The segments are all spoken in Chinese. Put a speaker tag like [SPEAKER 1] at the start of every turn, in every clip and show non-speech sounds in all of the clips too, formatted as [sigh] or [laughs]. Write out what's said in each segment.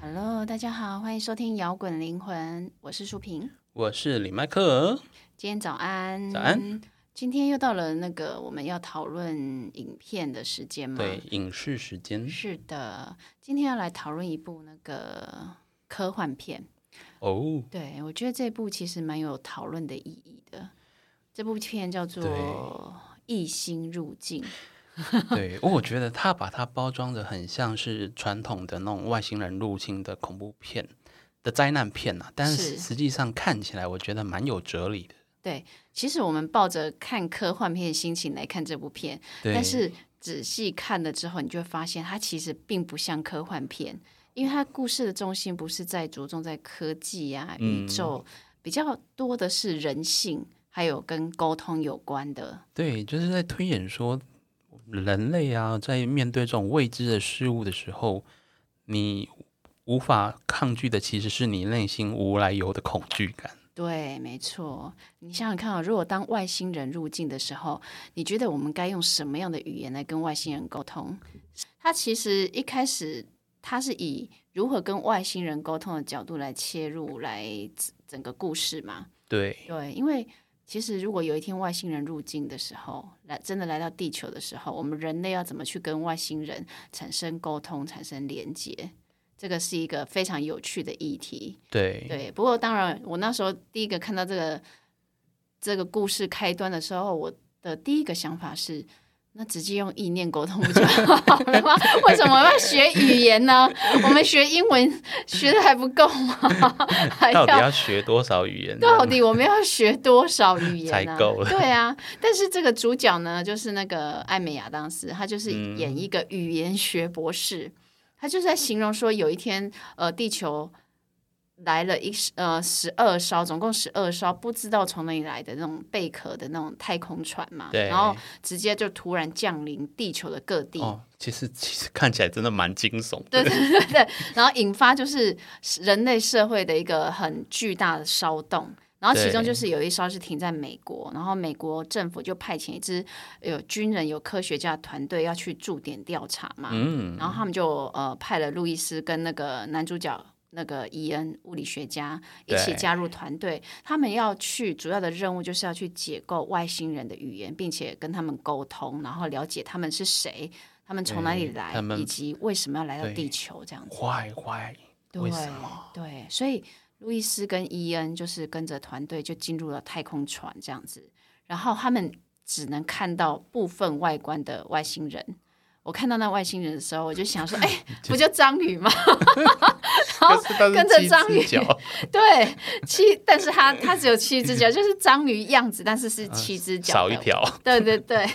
[SPEAKER 1] Hello，大家好，欢迎收听摇滚灵魂，我是舒萍。
[SPEAKER 2] 我是李麦克。
[SPEAKER 1] 今天早安，
[SPEAKER 2] 早安。
[SPEAKER 1] 今天又到了那个我们要讨论影片的时间嘛？
[SPEAKER 2] 对，，影视时间
[SPEAKER 1] 是的。今天要来讨论一部那个科幻片，
[SPEAKER 2] 哦，
[SPEAKER 1] 对我觉得这部其实蛮有讨论的意义的。这部片叫做《异星入境》，
[SPEAKER 2] 对，我觉得他把它包装的很像是传统的那种外星人入侵的恐怖片的灾难片啊，但
[SPEAKER 1] 是
[SPEAKER 2] 是实际上看起来我觉得蛮有哲理的。
[SPEAKER 1] 其实我们抱着看科幻片的心情来看这部片，
[SPEAKER 2] 对，
[SPEAKER 1] 但是仔细看了之后，你就会发现它其实并不像科幻片，因为它故事的重心不是在着重在科技啊、宇宙，比较多的是人性，还有跟沟通有关的。
[SPEAKER 2] 对，就是在推演说人类啊，在面对这种未知的事物的时候，你无法抗拒的其实是你内心无来由的恐惧感。
[SPEAKER 1] 对，没错。你想想看啊、如果当外星人入境的时候，你觉得我们该用什么样的语言来跟外星人沟通？他其实一开始他是以如何跟外星人沟通的角度来切入来整整个故事嘛。
[SPEAKER 2] 对，
[SPEAKER 1] 对，因为其实如果有一天外星人入境的时候，来真的来到地球的时候，我们人类要怎么去跟外星人产生沟通、产生连接？这个是一个非常有趣的议题。
[SPEAKER 2] 对，
[SPEAKER 1] 对，不过当然，我那时候第一个看到这个这个故事开端的时候，我的第一个想法是。那直接用意念沟通不就好了吗？ [laughs] 为什么要学语言呢？我们学英文学的还不够吗？还
[SPEAKER 2] [laughs]
[SPEAKER 1] 要
[SPEAKER 2] 到底要学多少语言呢？
[SPEAKER 1] 到底我们要学多少语言、啊、
[SPEAKER 2] [laughs] 才够了
[SPEAKER 1] 对啊，但是这个主角呢，就是那个艾美亚当斯，他就是演一个语言学博士，他就是在形容说，有一天，呃，地球来了一呃十二艘，总共十二艘，不知道从哪里来的那种贝壳的那种太空船嘛，
[SPEAKER 2] 对
[SPEAKER 1] 然后直接就突然降临地球的各地。
[SPEAKER 2] 哦，其实 [laughs] 其实看起来真的蛮惊悚
[SPEAKER 1] 对
[SPEAKER 2] 的。[laughs]
[SPEAKER 1] 对对对，然后引发就是人类社会的一个很巨大的骚动。然后其中
[SPEAKER 2] 对
[SPEAKER 1] 就是有一艘是停在美国，然后美国政府就派遣一支有军人、有科学家团队要去驻点调查嘛。
[SPEAKER 2] 嗯，
[SPEAKER 1] 然后他们就呃派了路易斯跟那个男主角那个伊恩物理学家一起
[SPEAKER 2] 对
[SPEAKER 1] 加入团队，他们要去主要的任务就是要去解构外星人的语言，并且跟他们沟通，然后了解他们是谁，他们从哪里
[SPEAKER 2] 对
[SPEAKER 1] 来
[SPEAKER 2] 他，们
[SPEAKER 1] 以及为什么要来到
[SPEAKER 2] 对
[SPEAKER 1] 地球这样子。
[SPEAKER 2] 坏坏，
[SPEAKER 1] 对
[SPEAKER 2] 为什么？
[SPEAKER 1] 对，所以路易斯跟伊恩就是跟着团队就进入了太空船这样子，然后他们只能看到部分外观的外星人。我看到那外星人的时候，我就想说，哎、 [laughs] 不就章鱼 [laughs] 吗？然后
[SPEAKER 2] 可是它是
[SPEAKER 1] 跟着
[SPEAKER 2] 七
[SPEAKER 1] 章
[SPEAKER 2] 只
[SPEAKER 1] 鱼
[SPEAKER 2] 脚
[SPEAKER 1] 对七，但是它它只有七只 [laughs] 脚，就是章鱼样子，但是是七只 [laughs] 脚、
[SPEAKER 2] 少一。条， [laughs]
[SPEAKER 1] 对对对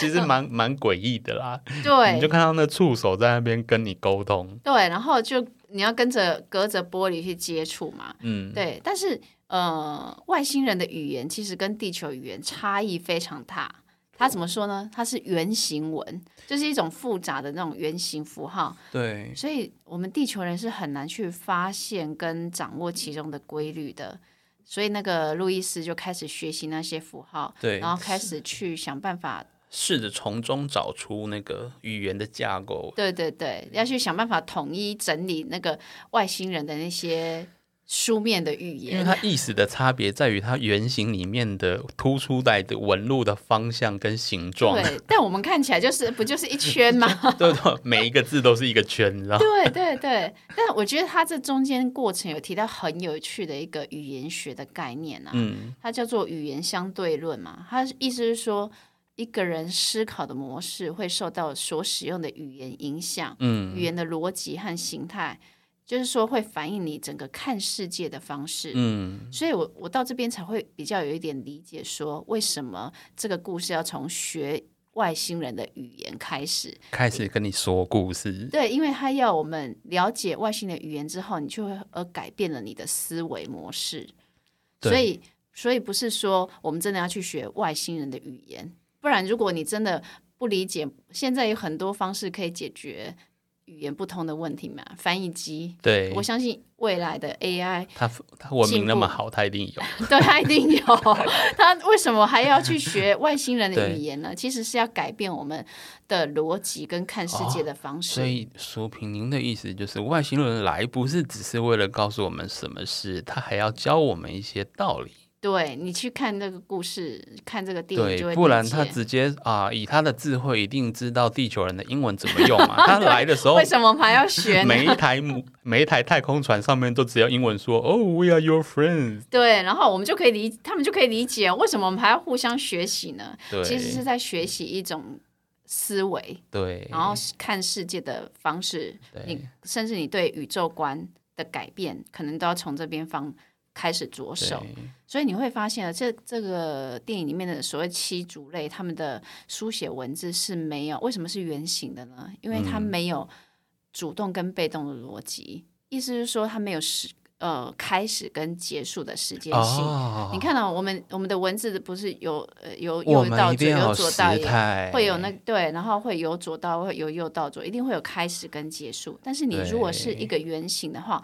[SPEAKER 2] 其实蛮蛮诡异的啦。
[SPEAKER 1] [laughs]
[SPEAKER 2] 你就
[SPEAKER 1] 嗯对
[SPEAKER 2] 看到那触手在那边跟你沟通，
[SPEAKER 1] 对，然后就你要跟着隔着玻璃去接触嘛，
[SPEAKER 2] 嗯，
[SPEAKER 1] 对，但是呃，外星人的语言其实跟地球语言差异非常大。它怎么说呢？它是圆形文，就是一种复杂的那种圆形符号，
[SPEAKER 2] 对，
[SPEAKER 1] 所以我们地球人是很难去发现跟掌握其中的规律的。所以那个路易斯就开始学习那些符号，
[SPEAKER 2] 对
[SPEAKER 1] 然后开始去想办法，
[SPEAKER 2] 试着从中找出那个语言的架构。
[SPEAKER 1] 对对对，要去想办法统一整理那个外星人的那些书面的语言，
[SPEAKER 2] 因为它意思的差别在于它原型里面的突出来的纹路的方向跟形状，
[SPEAKER 1] 对，但我们看起来就是不就是一圈吗？
[SPEAKER 2] [laughs] 对对，每一个字都是一个圈，你知道吗？
[SPEAKER 1] 对对对，但我觉得它这中间过程有提到很有趣的一个语言学的概念啊，
[SPEAKER 2] 嗯，
[SPEAKER 1] 它叫做语言相对论嘛。它意思是说，一个人思考的模式会受到所使用的语言影响，
[SPEAKER 2] 嗯
[SPEAKER 1] 语言的逻辑和形态，就是说会反映你整个看世界的方式。
[SPEAKER 2] 嗯，
[SPEAKER 1] 所以我我到这边才会比较有一点理解，说为什么这个故事要从学外星人的语言开始。
[SPEAKER 2] 开始跟你说故事，
[SPEAKER 1] 对，因为他要我们了解外星的语言之后，你就会而改变了你的思维模式。
[SPEAKER 2] 对
[SPEAKER 1] 所以，所以不是说我们真的要去学外星人的语言，不然如果你真的不理解，现在有很多方式可以解决语言不通的问题嘛，翻译机。
[SPEAKER 2] 对，
[SPEAKER 1] 我相信未来的 AI，
[SPEAKER 2] 他他文明那么
[SPEAKER 1] 进步
[SPEAKER 2] 好，他一定有。
[SPEAKER 1] [laughs] 对它一定有。它为什么还要去学外星人的
[SPEAKER 2] 对
[SPEAKER 1] 语言呢？其实是要改变我们的逻辑跟看世界的方式。
[SPEAKER 2] 哦所以，苏平，您的意思就是，外星人来不是只是为了告诉我们什么事，他还要教我们一些道理。
[SPEAKER 1] 对你去看这个故事，看这个电影，就
[SPEAKER 2] 对，
[SPEAKER 1] 会
[SPEAKER 2] 不然
[SPEAKER 1] 理
[SPEAKER 2] 他
[SPEAKER 1] 解
[SPEAKER 2] 直接啊、以他的智慧一定知道地球人的英文怎么用
[SPEAKER 1] [laughs]
[SPEAKER 2] 嘛。他来的时候
[SPEAKER 1] 为，什么还要学呢？
[SPEAKER 2] 每一台母每一台太空船上面都只有英文说哦、w e are your friends。
[SPEAKER 1] 对，然后我们就可以理，他们就可以理解为什么我们还要互相学习呢？
[SPEAKER 2] 对，
[SPEAKER 1] 其实是在学习一种思维，
[SPEAKER 2] 对，
[SPEAKER 1] 然后是看世界的方式，你
[SPEAKER 2] 对
[SPEAKER 1] 甚至你对宇宙观的改变，可能都要从这边方开始着手。
[SPEAKER 2] 对
[SPEAKER 1] 所以你会发现啊，这这个电影里面的所谓七族类，他们的书写文字是没有，为什么是圆形的呢？因为它
[SPEAKER 2] 嗯
[SPEAKER 1] 没有主动跟被动的逻辑，意思是说它没有时呃开始跟结束的时间性。
[SPEAKER 2] 哦，
[SPEAKER 1] 你看到、啊我们我们的文字不是由呃由
[SPEAKER 2] 我
[SPEAKER 1] 右
[SPEAKER 2] 们
[SPEAKER 1] 到
[SPEAKER 2] 一定
[SPEAKER 1] 左，
[SPEAKER 2] 要
[SPEAKER 1] 由
[SPEAKER 2] 有
[SPEAKER 1] 左
[SPEAKER 2] 时
[SPEAKER 1] 到右，
[SPEAKER 2] 态，
[SPEAKER 1] 会有那对，然后会由左到会由右到左，一定会有开始跟结束。但是你如果是一个圆形的话，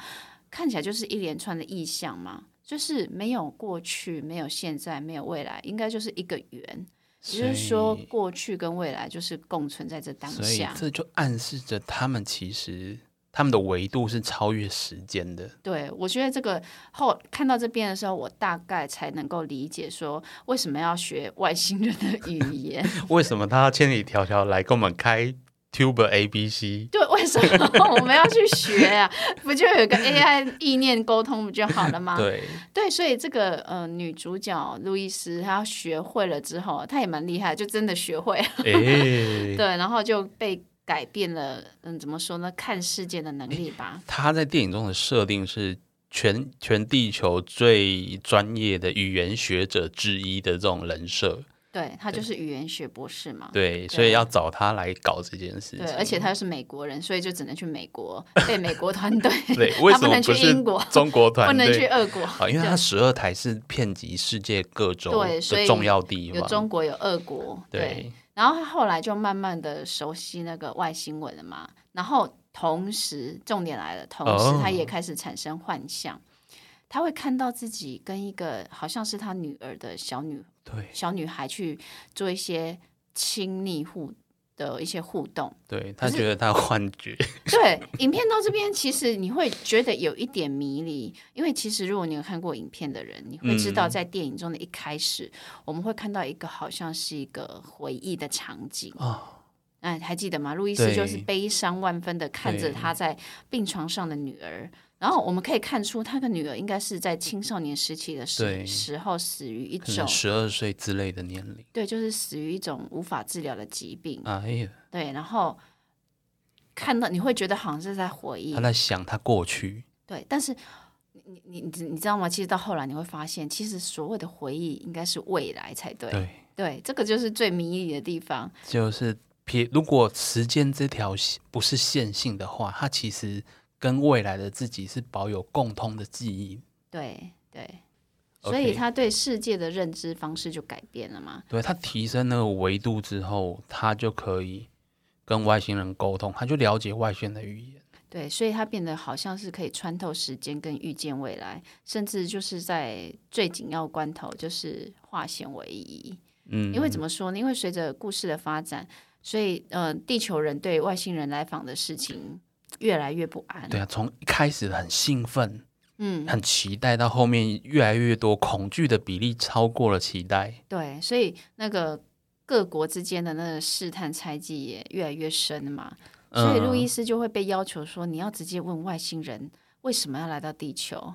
[SPEAKER 1] 看起来就是一连串的意象嘛，就是没有过去，没有现在，没有未来，应该就是一个圆。也就是说，
[SPEAKER 2] 所以
[SPEAKER 1] 过去跟未来就是共存在这当
[SPEAKER 2] 所以
[SPEAKER 1] 下。
[SPEAKER 2] 这就暗示着他们其实他们的维度是超越时间的。
[SPEAKER 1] 对，我觉得这个后看到这边的时候，我大概才能够理解说为什么要学外星人的语言。 [laughs]
[SPEAKER 2] 为什么他要千里迢迢来跟我们开 Tuber A B C？
[SPEAKER 1] 对，为什么我们要去学啊？ [laughs] 不就有个 AI 意念沟通不就好了吗？
[SPEAKER 2] 对，
[SPEAKER 1] 对所以这个呃女主角路易斯她学会了之后，她也蛮厉害，就真的学会了，
[SPEAKER 2] [laughs] 诶、
[SPEAKER 1] 对，然后就被改变了，嗯，怎么说呢？看世界的能力吧。
[SPEAKER 2] 他在电影中的设定是全全地球最专业的语言学者之一的这种人设，
[SPEAKER 1] 对，她就是语言学博士嘛。
[SPEAKER 2] 对，所以要找他来搞这件事情。，
[SPEAKER 1] 啊对，而且她又是美国人，所以就只能去美国，被美国团 [laughs] 队
[SPEAKER 2] 对，为
[SPEAKER 1] 她
[SPEAKER 2] 什
[SPEAKER 1] 不
[SPEAKER 2] 么
[SPEAKER 1] 能去
[SPEAKER 2] 不是
[SPEAKER 1] 英国，
[SPEAKER 2] 中国
[SPEAKER 1] [laughs] 不
[SPEAKER 2] 团
[SPEAKER 1] 能去
[SPEAKER 2] 队？
[SPEAKER 1] 俄国，
[SPEAKER 2] 啊，因为他十二台是遍及世界各州
[SPEAKER 1] 对所以
[SPEAKER 2] 的重要地
[SPEAKER 1] 有
[SPEAKER 2] 方，
[SPEAKER 1] 中国有俄国，对
[SPEAKER 2] 对
[SPEAKER 1] 然后他后来就慢慢的熟悉那个外星文了嘛，然后同时重点来了，同时
[SPEAKER 2] 哦
[SPEAKER 1] 他也开始产生幻象，他会看到自己跟一个好像是他女儿的小女
[SPEAKER 2] 对
[SPEAKER 1] 小女孩去做一些亲密互的一些互动。
[SPEAKER 2] 对，他觉得他幻觉，
[SPEAKER 1] 对，影片到这边其实你会觉得有一点迷离，因为其实如果你有看过影片的人，你会知道
[SPEAKER 2] 嗯
[SPEAKER 1] 在电影中的一开始，我们会看到一个好像是一个回忆的场景。
[SPEAKER 2] 哦
[SPEAKER 1] 哎，还记得吗？路易斯就是
[SPEAKER 2] 对
[SPEAKER 1] 悲伤万分的看着
[SPEAKER 2] 对
[SPEAKER 1] 他在病床上的女儿，然后我们可以看出他跟女儿应该是在青少年时期的时
[SPEAKER 2] 对
[SPEAKER 1] 时候死于一
[SPEAKER 2] [laughs] 可
[SPEAKER 1] 种
[SPEAKER 2] 能十二岁之类的年龄。
[SPEAKER 1] 对，就是死于一种无法治疗的疾病。
[SPEAKER 2] 哎呀，
[SPEAKER 1] 对，然后看到你会觉得好像是在回忆
[SPEAKER 2] 他，在想他过去，
[SPEAKER 1] 对，但是你你你你知道吗？其实到后来你会发现，其实所谓的回忆应该是未来才对。
[SPEAKER 2] 对，
[SPEAKER 1] 对，这个就是最迷离的地方。
[SPEAKER 2] 就是撇。如果时间这条线不是线性的话，它其实跟未来的自己是保有共通的记忆。
[SPEAKER 1] 对对，所以
[SPEAKER 2] OK
[SPEAKER 1] 他对世界的认知方式就改变了嘛。
[SPEAKER 2] 对，他提升那个维度之后，他就可以跟外星人沟通，他就了解外星人的语言。
[SPEAKER 1] 对，所以他变得好像是可以穿透时间跟预见未来，甚至就是在最紧要关头，就是化险为夷。
[SPEAKER 2] 嗯，
[SPEAKER 1] 因为怎么说呢？因为随着故事的发展，所以呃，地球人对外星人来访的事情越来越不安。
[SPEAKER 2] 对啊，从一开始很兴奋、
[SPEAKER 1] 嗯，
[SPEAKER 2] 很期待，到后面越来越多恐惧的比例超过了期待。
[SPEAKER 1] 对，所以那个各国之间的那个试探猜忌也越来越深嘛，所以路
[SPEAKER 2] 嗯
[SPEAKER 1] 易斯就会被要求说，你要直接问外星人为什么要来到地球。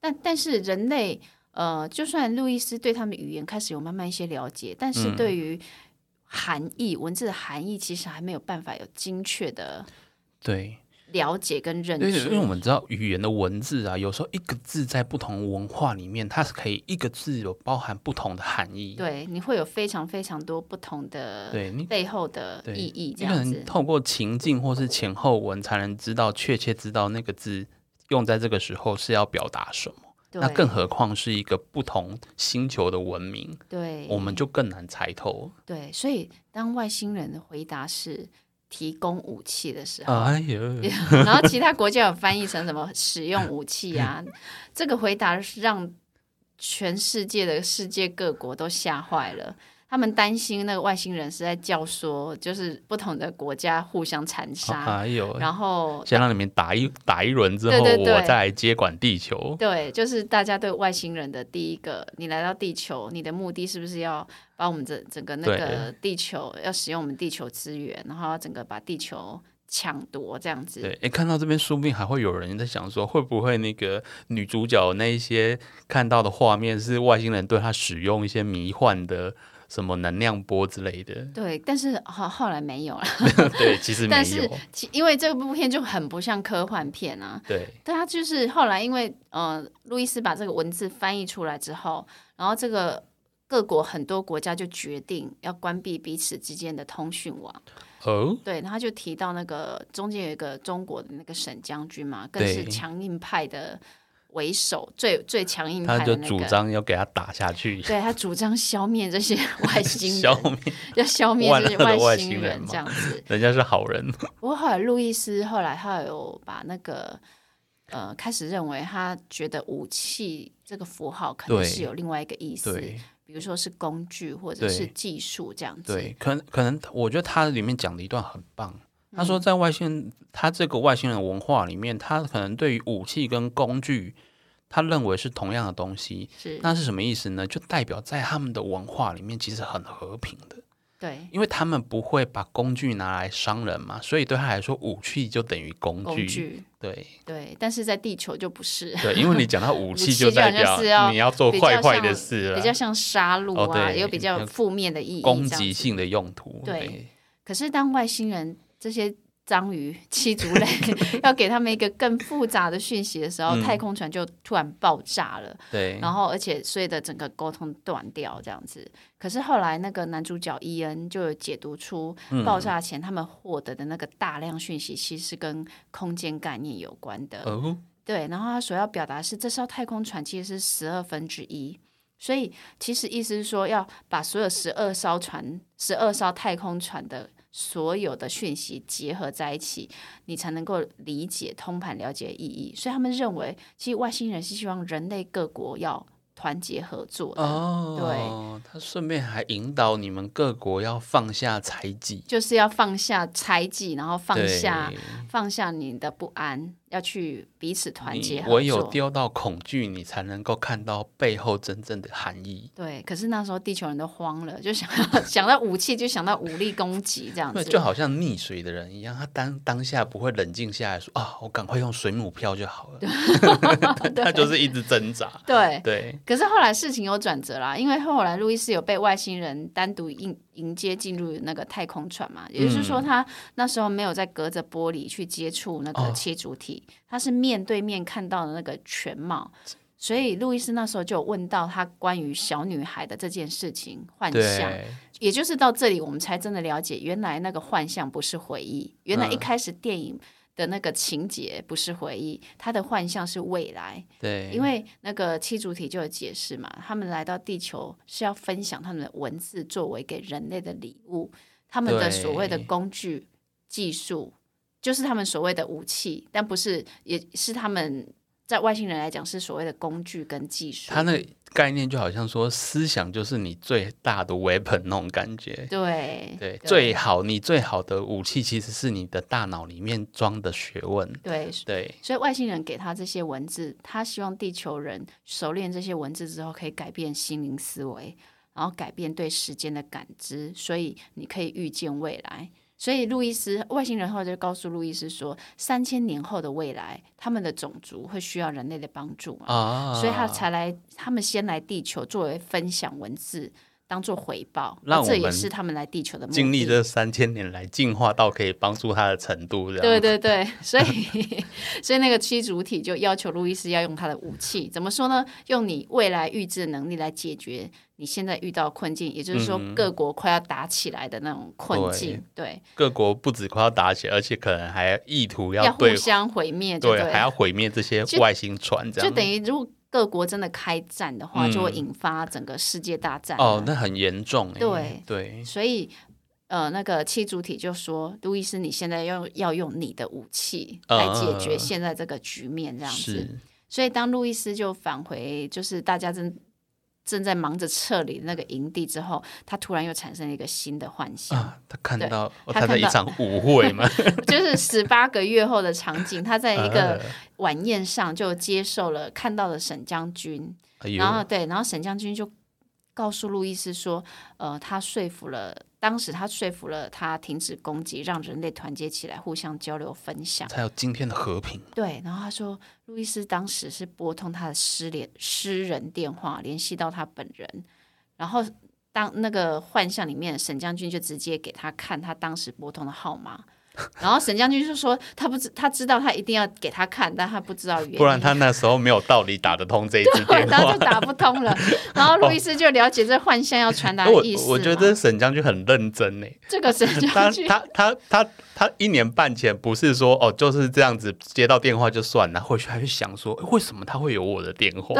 [SPEAKER 1] 但但是人类，呃，就算路易斯对他们语言开始有慢慢一些了解，但是
[SPEAKER 2] 嗯
[SPEAKER 1] 对于含义、文字的含义，其实还没有办法有精确的
[SPEAKER 2] 对，
[SPEAKER 1] 了解跟认
[SPEAKER 2] 因为因为我
[SPEAKER 1] 知。
[SPEAKER 2] 们知道语言的文字啊，有时候一个字在不同文化里面，它是可以一个字有包含不同的含义。
[SPEAKER 1] 对，你会有非常非常多不同的
[SPEAKER 2] 对，你
[SPEAKER 1] 背后的
[SPEAKER 2] 对
[SPEAKER 1] 意义，这
[SPEAKER 2] 你
[SPEAKER 1] 样
[SPEAKER 2] 可能
[SPEAKER 1] 子。
[SPEAKER 2] 透过情境或是前后文才能知道确切知道那个字用在这个时候是要表达什么。
[SPEAKER 1] 对
[SPEAKER 2] 那更何况是一个不同星球的文明，
[SPEAKER 1] 对，
[SPEAKER 2] 我们就更难猜透。
[SPEAKER 1] 对，所以当外星人的回答是提供武器的时候，
[SPEAKER 2] 哎呦，
[SPEAKER 1] [laughs] 然后其他国家有翻译成什么使用武器啊？这个回答让全世界的世界各国都吓坏了。他们担心那个外星人是在教唆，就是不同的国家互相残杀，
[SPEAKER 2] 哎呦，
[SPEAKER 1] 然后
[SPEAKER 2] 先让你们打一打一轮之后，
[SPEAKER 1] 对对对
[SPEAKER 2] 我再来接管地球。
[SPEAKER 1] 对，就是大家对外星人的第一个，你来到地球，你的目的是不是要把我们整整个那个地球要使用我们地球资源，然后要整个把地球抢夺这样子？？
[SPEAKER 2] 对，哎，看到这边，说不定还会有人在想说，会不会那个女主角那一些看到的画面是外星人对她使用一些迷幻的什么能量波之类的
[SPEAKER 1] [laughs] 对，但是后后来没有了，
[SPEAKER 2] 对，其实没
[SPEAKER 1] 但是
[SPEAKER 2] 有。
[SPEAKER 1] 其因为这部片就很不像科幻片啊，
[SPEAKER 2] 对，
[SPEAKER 1] 对他就是后来因为呃，路易斯把这个文字翻译出来之后，然后这个各国很多国家就决定要关闭彼此之间的通讯网。
[SPEAKER 2] 哦，
[SPEAKER 1] 对，然后就提到那个中间有一个中国的那个沈将军嘛，更
[SPEAKER 2] 对
[SPEAKER 1] 是强硬派的为首，最最强硬
[SPEAKER 2] 他
[SPEAKER 1] 派
[SPEAKER 2] 就
[SPEAKER 1] 的那
[SPEAKER 2] 主
[SPEAKER 1] 个。
[SPEAKER 2] 张要给他打下去，
[SPEAKER 1] 对他主张消灭这些 [laughs]
[SPEAKER 2] [laughs]
[SPEAKER 1] 外星
[SPEAKER 2] 消
[SPEAKER 1] 人，
[SPEAKER 2] 灭
[SPEAKER 1] 要消灭
[SPEAKER 2] 万
[SPEAKER 1] 这些
[SPEAKER 2] 恶的外
[SPEAKER 1] 星
[SPEAKER 2] 星人嘛
[SPEAKER 1] 这样子。
[SPEAKER 2] 人家是好人。
[SPEAKER 1] 不过后来路易斯后来他有把那个呃开始认为他觉得武器这个符号可能
[SPEAKER 2] 对
[SPEAKER 1] 是有另外一个意思，
[SPEAKER 2] 对
[SPEAKER 1] 比如说是工具或者是
[SPEAKER 2] 对
[SPEAKER 1] 技术这样子。
[SPEAKER 2] 对，可能可能我觉得他里面讲的一段很棒。
[SPEAKER 1] 嗯
[SPEAKER 2] 他说，在外星，他这个外星人文化里面，他可能对于武器跟工具，他认为是同样的东西。
[SPEAKER 1] 是，
[SPEAKER 2] 那是什么意思呢？就代表在他们的文化里面，其实很和平的，
[SPEAKER 1] 对
[SPEAKER 2] 因为他们不会把工具拿来伤人嘛，所以对他来说，武器就等于工具。
[SPEAKER 1] 工具。
[SPEAKER 2] 对
[SPEAKER 1] 对，但是在地球就不是，
[SPEAKER 2] 对，因为你讲到武
[SPEAKER 1] 武器
[SPEAKER 2] 器，
[SPEAKER 1] 就
[SPEAKER 2] 就
[SPEAKER 1] 好
[SPEAKER 2] 代
[SPEAKER 1] 像
[SPEAKER 2] 表
[SPEAKER 1] 是要
[SPEAKER 2] 你要做坏坏的事
[SPEAKER 1] 比
[SPEAKER 2] 了
[SPEAKER 1] 较，像杀戮
[SPEAKER 2] 啊哦
[SPEAKER 1] 啊，
[SPEAKER 2] 对
[SPEAKER 1] 也有比较有负面的意义。
[SPEAKER 2] 攻击性
[SPEAKER 1] 的。
[SPEAKER 2] 的用途。
[SPEAKER 1] 对可是当外星人这些章鱼、七足
[SPEAKER 2] [laughs]
[SPEAKER 1] 类要给他们一个更复杂的讯息的时候，
[SPEAKER 2] 嗯
[SPEAKER 1] 太空船就突然爆炸了，
[SPEAKER 2] 对，
[SPEAKER 1] 然后而且所以的整个沟通断掉这样子。可是后来那个男主角伊恩就有解读出，
[SPEAKER 2] 嗯
[SPEAKER 1] 爆炸前他们获得的那个大量讯息，其实是跟空间概念有关的。
[SPEAKER 2] 哦，
[SPEAKER 1] 对，然后他所要表达的是，这艘太空船其实是十二分之一，所以其实意思是说，要把所有十二艘船、十二艘太空船的所有的讯息结合在一起，你才能够理解、通盘了解意义。所以他们认为，其实外星人是希望人类各国要团结合作的。
[SPEAKER 2] 哦，对，他顺便还引导你们各国要放下猜忌，
[SPEAKER 1] 就是要放下猜忌，然后放
[SPEAKER 2] 对
[SPEAKER 1] 下放下你的不安，要去彼此团结
[SPEAKER 2] 你
[SPEAKER 1] 合作。
[SPEAKER 2] 唯有丢到恐惧，你才能够看到背后真正的含义。
[SPEAKER 1] 对，可是那时候地球人都慌了，就想到 [laughs] 想到武器，就想到武力攻击这样
[SPEAKER 2] 对，
[SPEAKER 1] 子。
[SPEAKER 2] [laughs] 就好像溺水的人一样，他当当下不会冷静下来说啊，我赶快用水母漂就
[SPEAKER 1] [laughs]
[SPEAKER 2] 好了。 [laughs] 他就是一直挣扎。
[SPEAKER 1] 对，
[SPEAKER 2] 对，
[SPEAKER 1] 可是后来事情有转折啦，因为后来路易斯有被外星人单独迎迎接进入那个太空船嘛，也就是
[SPEAKER 2] 嗯
[SPEAKER 1] 说他那时候没有在隔着玻璃去接触那个
[SPEAKER 2] 哦
[SPEAKER 1] 切主体，他是面对面看到的那个全貌。所以路易斯那时候就有问到他关于小女孩的这件事情幻象，
[SPEAKER 2] 对，
[SPEAKER 1] 也就是到这里，我们才真的了解，原来那个幻象不是回忆，原
[SPEAKER 2] 嗯
[SPEAKER 1] 来一开始电影的那个情节不是回忆，它的幻象是未来。
[SPEAKER 2] 对，
[SPEAKER 1] 因为那个七主体就有解释嘛，他们来到地球是要分享他们的文字作为给人类的礼物，他们的
[SPEAKER 2] 对
[SPEAKER 1] 所谓的工具技术，就是他们所谓的武器，但不是，也是他们在外星人来讲是所谓的工具跟技术。
[SPEAKER 2] 他那个概念就好像说，思想就是你最大的 weapon 那种感觉。
[SPEAKER 1] 对
[SPEAKER 2] 对，最好你最好的武器其实是你的大脑里面装的学问。
[SPEAKER 1] 对
[SPEAKER 2] 对，
[SPEAKER 1] 所以外星人给他这些文字，他希望地球人熟练这些文字之后，可以改变心灵思维，然后改变对时间的感知，所以你可以预见未来。所以路易斯外星人后来就告诉路易斯说，三千年后的未来，他们的种族会需要人类的帮助嘛，
[SPEAKER 2] 啊，
[SPEAKER 1] 所以他才来，他们先来地球作为分享文字。当做回报，
[SPEAKER 2] 让我
[SPEAKER 1] 这
[SPEAKER 2] 们
[SPEAKER 1] 也是他们来地球的目的。
[SPEAKER 2] 经历这三千年来进化到可以帮助他的程度，这样
[SPEAKER 1] 对对对，所以 [laughs] 所以那个七主体就要求路易斯要用他的武器，怎么说呢？用你未来预知的能力来解决你现在遇到的困境，也就是说
[SPEAKER 2] 嗯
[SPEAKER 1] 各国快要打起来的那种困境，对，
[SPEAKER 2] 各国不止快要打起来，而且可能还意图
[SPEAKER 1] 要互
[SPEAKER 2] 对
[SPEAKER 1] 相毁灭就
[SPEAKER 2] 对
[SPEAKER 1] 对了，
[SPEAKER 2] 还要毁灭这些
[SPEAKER 1] 就
[SPEAKER 2] 外星船，这
[SPEAKER 1] 就
[SPEAKER 2] 样
[SPEAKER 1] 等于如果各国真的开战的话，
[SPEAKER 2] 嗯哦
[SPEAKER 1] 就会引发整个世界大战啊。
[SPEAKER 2] 哦，那很严重哎。
[SPEAKER 1] 对
[SPEAKER 2] 对
[SPEAKER 1] 所以呃，那个七主体就说：“路易斯，你现在要要用你的武器来解决
[SPEAKER 2] 嗯
[SPEAKER 1] 现在这个局面，这样子。
[SPEAKER 2] 是
[SPEAKER 1] 所以当路易斯就返回，就是大家正正在忙着撤离那个营地之后，他突然又产生了一个新的幻想，
[SPEAKER 2] 啊，他看
[SPEAKER 1] 对
[SPEAKER 2] 到哦
[SPEAKER 1] 他
[SPEAKER 2] 他在
[SPEAKER 1] 看
[SPEAKER 2] 一
[SPEAKER 1] 到
[SPEAKER 2] 场舞会嘛，
[SPEAKER 1] [laughs] 就是十八个月后的场景，他在一个
[SPEAKER 2] 啊
[SPEAKER 1] 晚宴上就接受了看到了沈将军，
[SPEAKER 2] 哎呦
[SPEAKER 1] 然后对，然后沈将军就告诉路易斯说，呃，他说服了，当时他说服了他停止攻击，让人类团结起来，互相交流分享。
[SPEAKER 2] 才有今天的和平。
[SPEAKER 1] 对，然后他说，路易斯当时是拨通他的私联私人电话，联系到他本人，然后当那个幻象里面，沈将军就直接给他看他当时拨通的号
[SPEAKER 2] [laughs]
[SPEAKER 1] 码。然后沈将军就说他不知他知道他一定要给他看，但他不知道原因，
[SPEAKER 2] 不然他那时候没有道理打得通这一支
[SPEAKER 1] 对，
[SPEAKER 2] 电
[SPEAKER 1] 然后
[SPEAKER 2] 话
[SPEAKER 1] 就。打不通
[SPEAKER 2] [laughs]
[SPEAKER 1] 了。然后路易斯就了解这幻象要传达的
[SPEAKER 2] 哦哎我
[SPEAKER 1] 意思嘛。
[SPEAKER 2] 我觉得沈将军很认真
[SPEAKER 1] [laughs]
[SPEAKER 2] 呢，
[SPEAKER 1] 这个神
[SPEAKER 2] 他
[SPEAKER 1] 将军， [laughs]
[SPEAKER 2] 他他他他一年半前不是说哦就是这样子接到电话就算了，回去还去想说诶为什么他会有我的电话？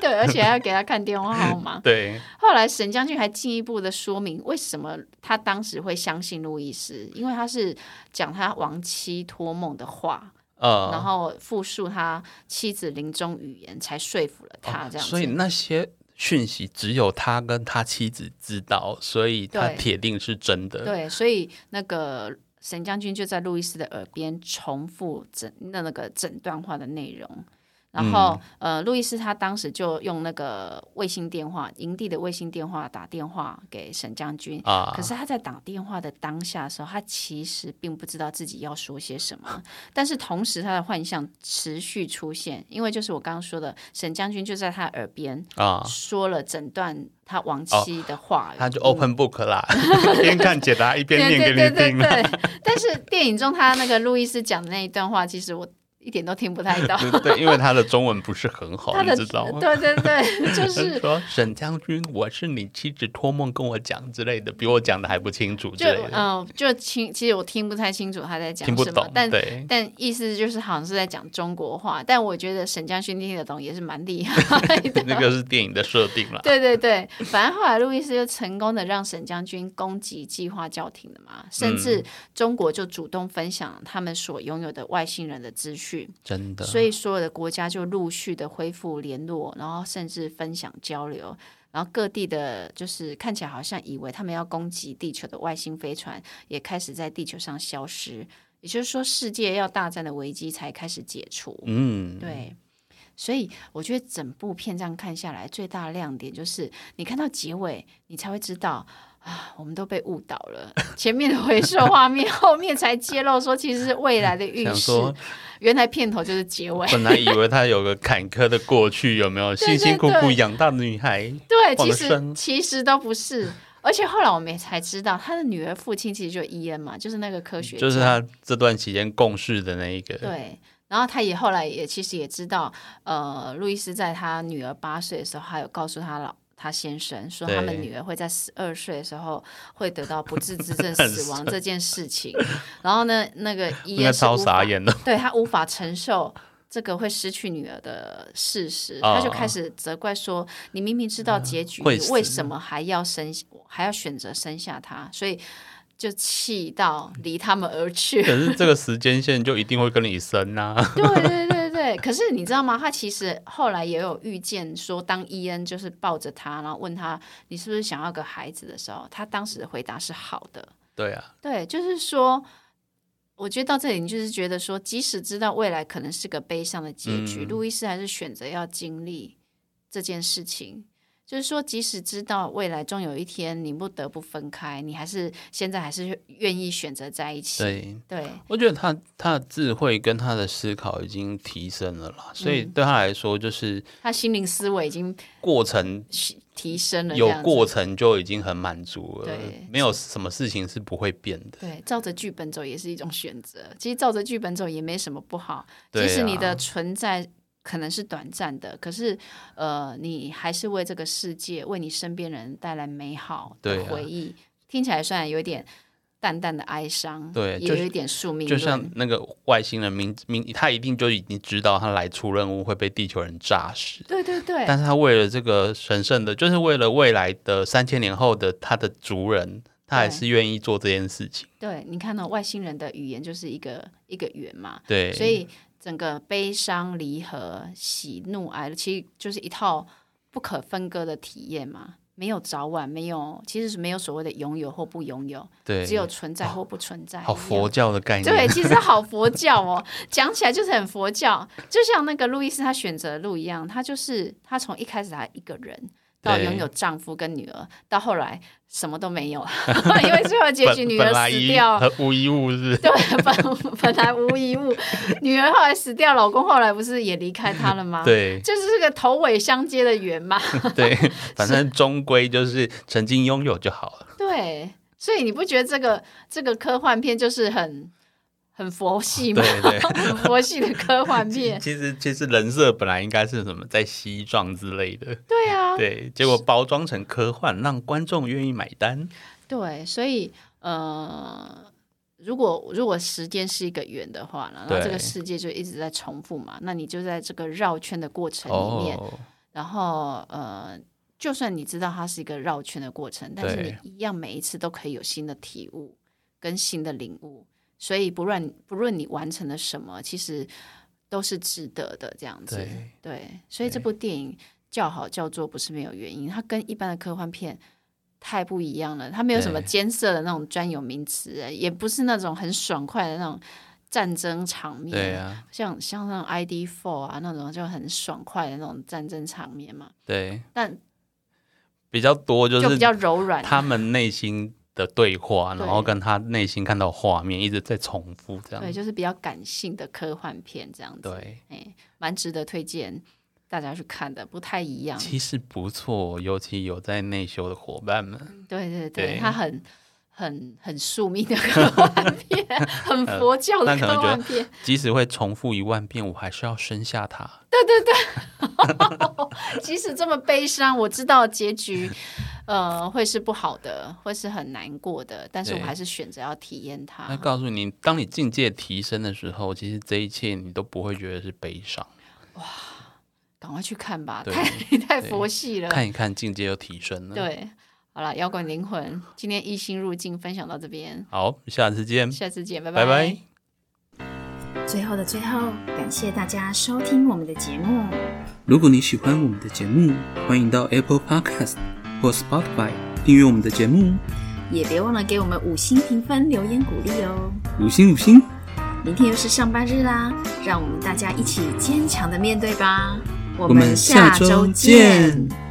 [SPEAKER 1] 对，而且还要给他看电话号码。
[SPEAKER 2] 对，
[SPEAKER 1] 后来沈将军还进一步的说明为什么他当时会相信路易斯，因为他是讲他亡妻托梦的话，然
[SPEAKER 2] 呃，
[SPEAKER 1] 后复述他妻子临终语言，才说服了他啊这样子。
[SPEAKER 2] 哦所以那些讯息只有他跟他妻子知道，所以他
[SPEAKER 1] 对
[SPEAKER 2] 铁定是真的。
[SPEAKER 1] 对，所以那个沈将军就在路易斯的耳边重复整那那个整段话的内容。
[SPEAKER 2] 嗯
[SPEAKER 1] 然后，呃，路易斯他当时就用那个卫星电话，营地的卫星电话打电话给沈将军。
[SPEAKER 2] 啊
[SPEAKER 1] 可是他在打电话的当下的时候，他其实并不知道自己要说些什么， [laughs] 但是同时他的幻象持续出现，因为就是我刚刚说的，沈将军就在他耳边
[SPEAKER 2] 啊，
[SPEAKER 1] 说了整段他亡妻的话语。
[SPEAKER 2] 他就 open book 啦，
[SPEAKER 1] [laughs]
[SPEAKER 2] 一边看解答一边念给你听啦。
[SPEAKER 1] 哎嗯对对对对 [laughs] 对但是电影中他那个路易斯讲的那一段话，其实我一点都听不太
[SPEAKER 2] [laughs]
[SPEAKER 1] 到。
[SPEAKER 2] 对对，因为他的中文不是很好，
[SPEAKER 1] 他
[SPEAKER 2] 哦你
[SPEAKER 1] 的
[SPEAKER 2] 知道吗？
[SPEAKER 1] 对对对，就
[SPEAKER 2] 他 [laughs]
[SPEAKER 1] 是
[SPEAKER 2] 说沈将军，我是你妻子托梦跟我讲之类的，比我讲的还不清楚之
[SPEAKER 1] 就
[SPEAKER 2] 类
[SPEAKER 1] 嗯、
[SPEAKER 2] 的，
[SPEAKER 1] 就听，其实我听不太清楚他在讲
[SPEAKER 2] 听不
[SPEAKER 1] 什么
[SPEAKER 2] 懂，。
[SPEAKER 1] 但 [laughs]
[SPEAKER 2] 对。
[SPEAKER 1] 但意思就是好像是在讲中国话，但我觉得沈将军听得懂也是蛮厉
[SPEAKER 2] [laughs]
[SPEAKER 1] 害的。
[SPEAKER 2] 那个是电影的设定啦。
[SPEAKER 1] 对对对，反正后来路易斯就成功的让沈将军攻击计划叫停了嘛，甚至中国就主动分享他们所拥有的外星人的资讯。
[SPEAKER 2] 真的，
[SPEAKER 1] 所以所有的国家就陆续的恢复联络，然后甚至分享交流，然后各地的，就是看起来好像以为他们要攻击地球的外星飞船，也开始在地球上消失。也就是说，世界要大战的危机才开始解除。
[SPEAKER 2] 嗯，
[SPEAKER 1] 对。所以我觉得整部片这样看下来，最大的亮点就是你看到结尾，你才会知道啊，我们都被误导了。前面的
[SPEAKER 2] [laughs]
[SPEAKER 1] 回溯画面，后面才揭露说其实是未来的预
[SPEAKER 2] 想
[SPEAKER 1] 示。
[SPEAKER 2] 说
[SPEAKER 1] 原来片头就是结 [laughs] 尾。
[SPEAKER 2] 本来以为他有个坎坷的过去，有没有
[SPEAKER 1] 对
[SPEAKER 2] 辛辛苦苦
[SPEAKER 1] 对
[SPEAKER 2] 养大的女孩？
[SPEAKER 1] 对，
[SPEAKER 2] 忘
[SPEAKER 1] 其
[SPEAKER 2] 了
[SPEAKER 1] 实
[SPEAKER 2] 生
[SPEAKER 1] 其实都不是。而且后来我们也才知道，他的女儿父亲其实就伊恩嘛，就是那个科学家，
[SPEAKER 2] 就是他这段期间共事的那一个，
[SPEAKER 1] 对。然后他也后来也其实也知道，呃，路易斯在他女儿八岁的时候，还有告诉他老他先生说，他们
[SPEAKER 2] 对
[SPEAKER 1] 女儿会在十二岁的时候会得到不治之
[SPEAKER 2] [laughs]
[SPEAKER 1] 症死亡这件事情。然后呢，那个伊
[SPEAKER 2] 应该
[SPEAKER 1] 恩是
[SPEAKER 2] 超
[SPEAKER 1] 无法
[SPEAKER 2] 傻眼的。 [laughs]
[SPEAKER 1] 对他无法承受这个会失去女儿的事实，
[SPEAKER 2] 啊
[SPEAKER 1] 他就开始责怪说：“你明明知道结局，
[SPEAKER 2] 会
[SPEAKER 1] 你
[SPEAKER 2] 死
[SPEAKER 1] 为什么还要生，还要选择生下他？”所以就气到离他们而
[SPEAKER 2] [laughs]
[SPEAKER 1] 去。
[SPEAKER 2] 可是这个时间线就一定会跟你生啊
[SPEAKER 1] [laughs]
[SPEAKER 2] 呐。
[SPEAKER 1] 对对对对，可是你知道吗？他其实后来也有遇见说，当伊恩就是抱着他，然后问他你是不是想要个孩子的时候，他当时的回答是好的。
[SPEAKER 2] 对啊，
[SPEAKER 1] 对，就是说，我觉得到这里，你就是觉得说，即使知道未来可能是个悲伤的结局，
[SPEAKER 2] 嗯
[SPEAKER 1] 路易斯还是选择要经历这件事情。就是说，即使知道未来终有一天你不得不分开，你还是现在还是愿意选择在一起。
[SPEAKER 2] 对，
[SPEAKER 1] 对
[SPEAKER 2] 我觉得他他的智慧跟他的思考已经提升了啦，所以
[SPEAKER 1] 嗯
[SPEAKER 2] 对他来说，就是
[SPEAKER 1] 他心灵思维已经
[SPEAKER 2] 过程
[SPEAKER 1] 提提升了，
[SPEAKER 2] 有
[SPEAKER 1] 这样子
[SPEAKER 2] 过程就已经很满足了
[SPEAKER 1] 对，
[SPEAKER 2] 没有什么事情是不会变的。
[SPEAKER 1] 对，照着剧本走也是一种选择。其实照着剧本走也没什么不好，
[SPEAKER 2] 对
[SPEAKER 1] 即使你的
[SPEAKER 2] 啊
[SPEAKER 1] 存在可能是短暂的，可是呃，你还是为这个世界、为你身边人带来美好的
[SPEAKER 2] 对啊
[SPEAKER 1] 回忆。听起来虽然有点淡淡的哀伤，
[SPEAKER 2] 对
[SPEAKER 1] 也
[SPEAKER 2] 就
[SPEAKER 1] 有
[SPEAKER 2] 是
[SPEAKER 1] 一点宿命
[SPEAKER 2] 就
[SPEAKER 1] 论，
[SPEAKER 2] 像那个外星人明明，他一定就已经知道他来出任务会被地球人炸死，
[SPEAKER 1] 对对 [laughs] 对
[SPEAKER 2] 但是他为了这个神圣的，就是为了未来的三千年后的他的族人他还是愿意做这件事情。
[SPEAKER 1] 对，你看到、外星人的语言就是一个一个圆嘛，
[SPEAKER 2] 对，
[SPEAKER 1] 所以整个悲伤、离合、喜怒哀乐，其实就是一套不可分割的体验嘛。没有早晚，没有，其实是没有所谓的拥有或不拥有，
[SPEAKER 2] 对，
[SPEAKER 1] 只有存在或不存在。
[SPEAKER 2] 好佛教的概念，
[SPEAKER 1] 对，其实好佛教哦，讲起来就是很佛教，就像那个路易斯他选择的路一样，他就是他从一开始他一个人。到
[SPEAKER 2] 对
[SPEAKER 1] 拥有丈夫跟女儿，到后来什么都没有， [laughs] 因为最后结局
[SPEAKER 2] 本
[SPEAKER 1] 女儿
[SPEAKER 2] 本来
[SPEAKER 1] 死
[SPEAKER 2] 一
[SPEAKER 1] 掉，
[SPEAKER 2] 和无一物是
[SPEAKER 1] [laughs] 对，本本来无一物，女儿后来死掉，老公后来不是也离开她了吗？， [laughs]
[SPEAKER 2] 对
[SPEAKER 1] 就是这个头尾相接的圆嘛。
[SPEAKER 2] 对，反正终归就是曾经拥有就好了。
[SPEAKER 1] 对，所以你不觉得这个这个科幻片就是很很佛系吗？
[SPEAKER 2] 对对
[SPEAKER 1] [laughs] 很佛系的科幻片。
[SPEAKER 2] 其实其实人设本来应该是什么在西藏之类的，
[SPEAKER 1] 对啊，
[SPEAKER 2] 对，结果包装成科幻，让观众愿意买单。
[SPEAKER 1] 对，所以呃，如果如果时间是一个圆的话呢，那这
[SPEAKER 2] 对
[SPEAKER 1] 个世界就一直在重复嘛，那你就在这个绕圈的过程里面，
[SPEAKER 2] 哦，
[SPEAKER 1] 然后呃，就算你知道它是一个绕圈的过程，但是
[SPEAKER 2] 对
[SPEAKER 1] 你一样每一次都可以有新的体悟跟新的领悟，所以不论不论你完成了什么，其实都是值得的这样子。
[SPEAKER 2] 对
[SPEAKER 1] 对所以这部电影叫好叫座不是没有原因，它跟一般的科幻片。太不一样了，它没有什么
[SPEAKER 2] 对
[SPEAKER 1] 艰涩的那种专有名词，也不是那种很爽快的那种战争场面。
[SPEAKER 2] 对啊，
[SPEAKER 1] 像像那种 ID Four 啊那种就很爽快的那种战争场面嘛，
[SPEAKER 2] 对，
[SPEAKER 1] 但
[SPEAKER 2] 比较多就
[SPEAKER 1] 就比
[SPEAKER 2] 是
[SPEAKER 1] 较柔软。
[SPEAKER 2] 他们内心的对话，
[SPEAKER 1] 对
[SPEAKER 2] 然后跟他内心看到画面一直在重复这
[SPEAKER 1] 对，
[SPEAKER 2] 样。
[SPEAKER 1] 就是比较感性的科幻片这样子，
[SPEAKER 2] 对，
[SPEAKER 1] 哎，蛮值得推荐大家去看的，不太一样。
[SPEAKER 2] 其实不错，尤其有在内修的伙伴们，
[SPEAKER 1] 对对
[SPEAKER 2] 对
[SPEAKER 1] 对，它很很很宿命的科幻片，很佛教的
[SPEAKER 2] [laughs] 那可能
[SPEAKER 1] 科
[SPEAKER 2] 觉
[SPEAKER 1] 幻
[SPEAKER 2] 得
[SPEAKER 1] 片，
[SPEAKER 2] 即使会重复一万遍，我还是要生下他。
[SPEAKER 1] 即使这么悲伤，我知道结局， [laughs] 呃，会是不好的，会是很难过的，但是我
[SPEAKER 2] 对
[SPEAKER 1] 还是选择要体验它。
[SPEAKER 2] 那告诉你，当你境界提升的时候，其实这一切你都不会觉得是悲伤。
[SPEAKER 1] 赶快去看吧，
[SPEAKER 2] 对
[SPEAKER 1] 太太 [laughs]
[SPEAKER 2] 对
[SPEAKER 1] 佛系了。
[SPEAKER 2] 看一看，境界又提升了。，
[SPEAKER 1] 对，好了，摇滚灵魂，今天一心入境分享到这边，
[SPEAKER 2] 好，下次见，
[SPEAKER 1] 下次见，
[SPEAKER 2] 拜
[SPEAKER 1] 拜
[SPEAKER 2] 拜
[SPEAKER 3] 最后的最后，感谢大家收听我们的节目。
[SPEAKER 4] 如果你喜欢我们的节目，欢迎到 Apple Podcast 或 Spotify 订阅我们的节目哦，
[SPEAKER 3] 也别忘了给我们五星评分、留言鼓励哦。
[SPEAKER 4] 五星五星。
[SPEAKER 3] 明天又是上班日啦，让我们大家一起坚强的面对吧。我
[SPEAKER 4] 我们下周见。